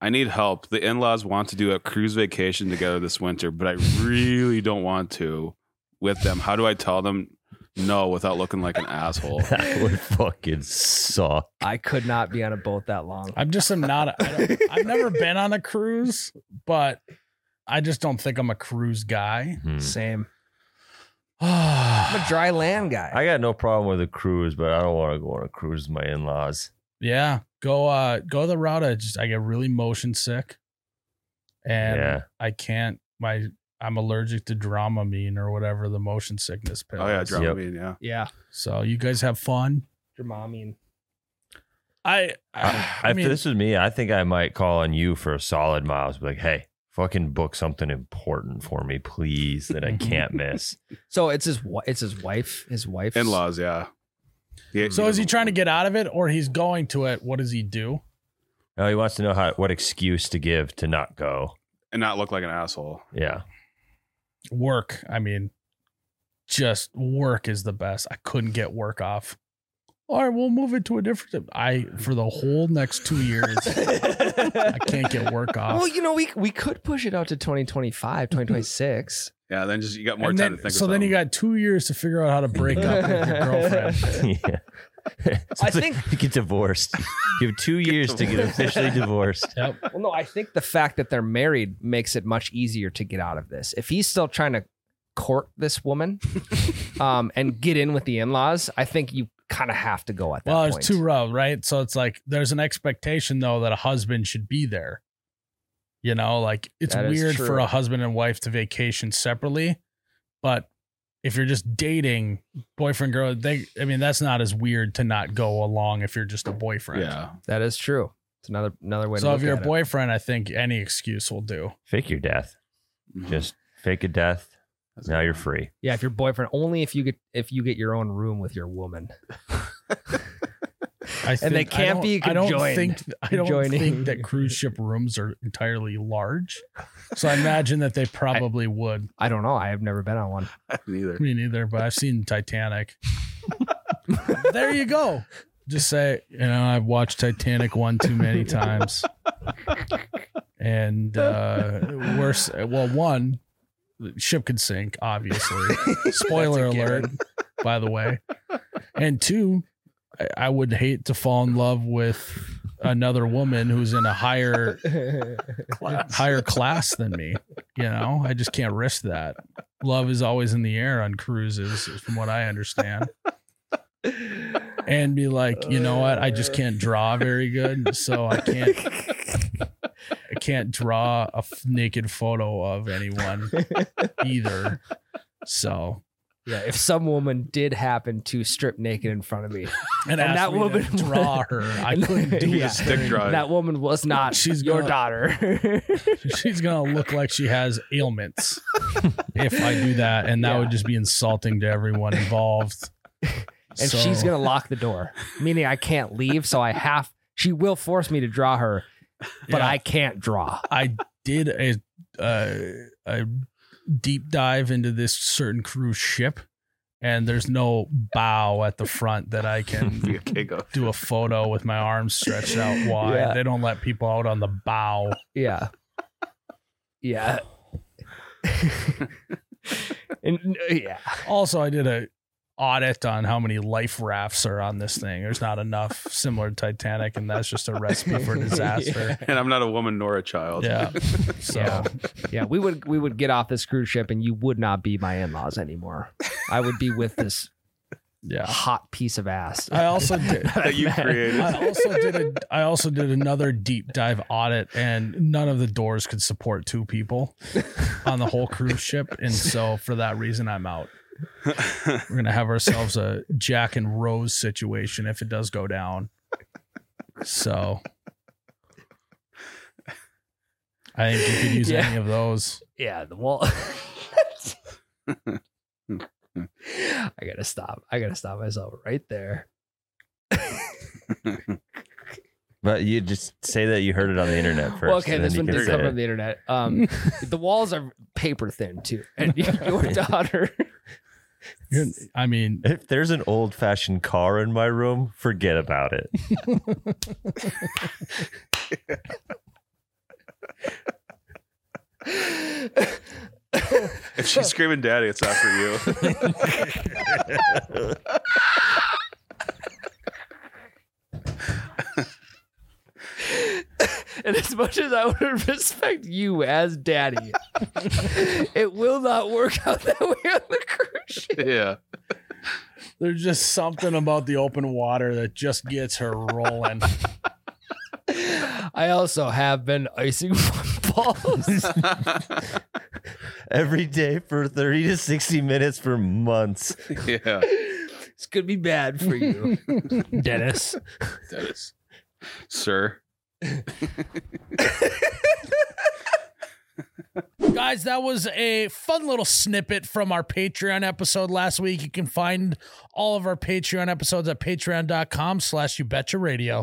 I need help. The in laws want to do a cruise vacation together this winter, but I really don't want to with them. How do I tell them no without looking like an asshole? That would fucking suck. I could not be on a boat that long. I'm just am not. A, I don't, I've never been on a cruise, but I just don't think I'm a cruise guy. Hmm. Same. I'm a yeah, dry land guy. I got no problem with a cruise, but I don't want to go on a cruise with my in laws. go uh go the route. I just I get really motion sick, and Yeah. I can't. My I'm allergic to Dramamine or whatever the motion sickness pill. Oh yeah, is. Dramamine. Yeah, yeah. So you guys have fun. Dramamine. I I, I, if mean, this was me, I think I might call on you for a solid miles. Be like, hey, fucking book something important for me, please, that I can't miss. So it's his wi- it's his wife. His wife. in laws. Yeah. Yeah, so is he trying to get out of it or he's going to it? What does he do? Oh, he wants to know how what excuse to give to not go. and not look like an asshole? Yeah. Work. I mean, just work is the best. I couldn't get work off. All right, we'll move it to a different. I for the whole next two years, I can't get work off. Well, you know, we we could push it out to 2025, 2026. Yeah. Then just you got more And time then- to think. of so then you something. got two years to figure out how to break up with your girlfriend. yeah. I It's like think- you get divorced. You have two years to get divorced. officially divorced. Yep. well, no, I think the fact that they're married makes it much easier to get out of this. If he's still trying to court this woman um, and get in with the in-laws, I think you kind of have to go at that Well, point. it's too rough, right? So it's like there's an expectation though that a husband should be there. You know, like it's That is weird for true. a husband and wife to vacation separately, but if you're just dating boyfriend girl, they I mean that's not as weird to not go along if you're just a boyfriend. Yeah. That is true. It's another another way to So look if you're at a boyfriend, I think any excuse will do. Fake your death. Just fake a death. Mm-hmm. That's Now good. you're free. it. Yeah, if your boyfriend only if you get if you get your own room with your woman. I think, they I can't don't- be I don't conjoined. think I don't Conjoining. think that cruise ship rooms are entirely large. So I imagine that they probably would. I don't know. I have never been on one. neither. Me neither, but I've seen Titanic. there you go. Just say, you know, I've watched Titanic one too many times. And uh worse well, one, the ship could sink, obviously. Spoiler That's a alert, by the way. And two, I, I would hate to fall in love with another woman who's in a higher higher class than me. You know, I just can't risk that. Love is always in the air on cruises, from what I understand. And be like, you know what? I just can't draw very good, so I can't. I can't draw a f- naked photo of anyone either. So, Yeah, if some woman did happen to strip naked in front of me, And and, that that woman woman- draw her. I And- couldn't do Yeah. this. Stick thing. drive. that woman was not She's your gonna- daughter. She's gonna look like she has ailments if I do that, and that Yeah. would just be insulting to everyone involved. and So- she's gonna lock the door, meaning I can't leave. So I have. She will force me to draw her, but Yeah. I can't draw. I did a uh, a deep dive into this certain cruise ship, and there's no bow at the front that I can You can't go. do a photo with my arms stretched out wide. Yeah. They don't let people out on the bow. Yeah, yeah, and yeah. Also, I did a audit on how many life rafts are on this thing. There's not enough similar to Titanic, and that's just a recipe for disaster. And I'm not a woman nor a child. Yeah. So Yeah. Yeah, we would we would get off this cruise ship, and you would not be my in laws anymore. I would be with this yeah. hot piece of ass. I also did that you created. I also did a, I also did another deep dive audit, and none of the doors could support two people on the whole cruise ship, and so for that reason, I'm out. We're gonna have ourselves a Jack and Rose situation if it does go down. So, I think you could use Yeah. any of those. Yeah, the wall. I gotta stop. I gotta stop myself right there. But you just say that you heard it on the internet first. well, okay, and this then one you can did say come it. from the internet. Um, the walls are paper thin too, and your daughter. You're- I mean, If there's an old fashioned car in my room, forget about it. if she's screaming daddy, it's not for you. And as much as I would respect you as daddy, it will not work out that way on the cruise ship. yeah. There's just something about the open water that just gets her rolling. I also have been icing balls. Every day for 30 to 60 minutes for months. Yeah. It's gonna be bad for you, Dennis. That is. Sir. Guys, that was a fun little snippet from our Patreon episode last week. You can find all of our Patreon episodes at patreon.com slash you betcha radio.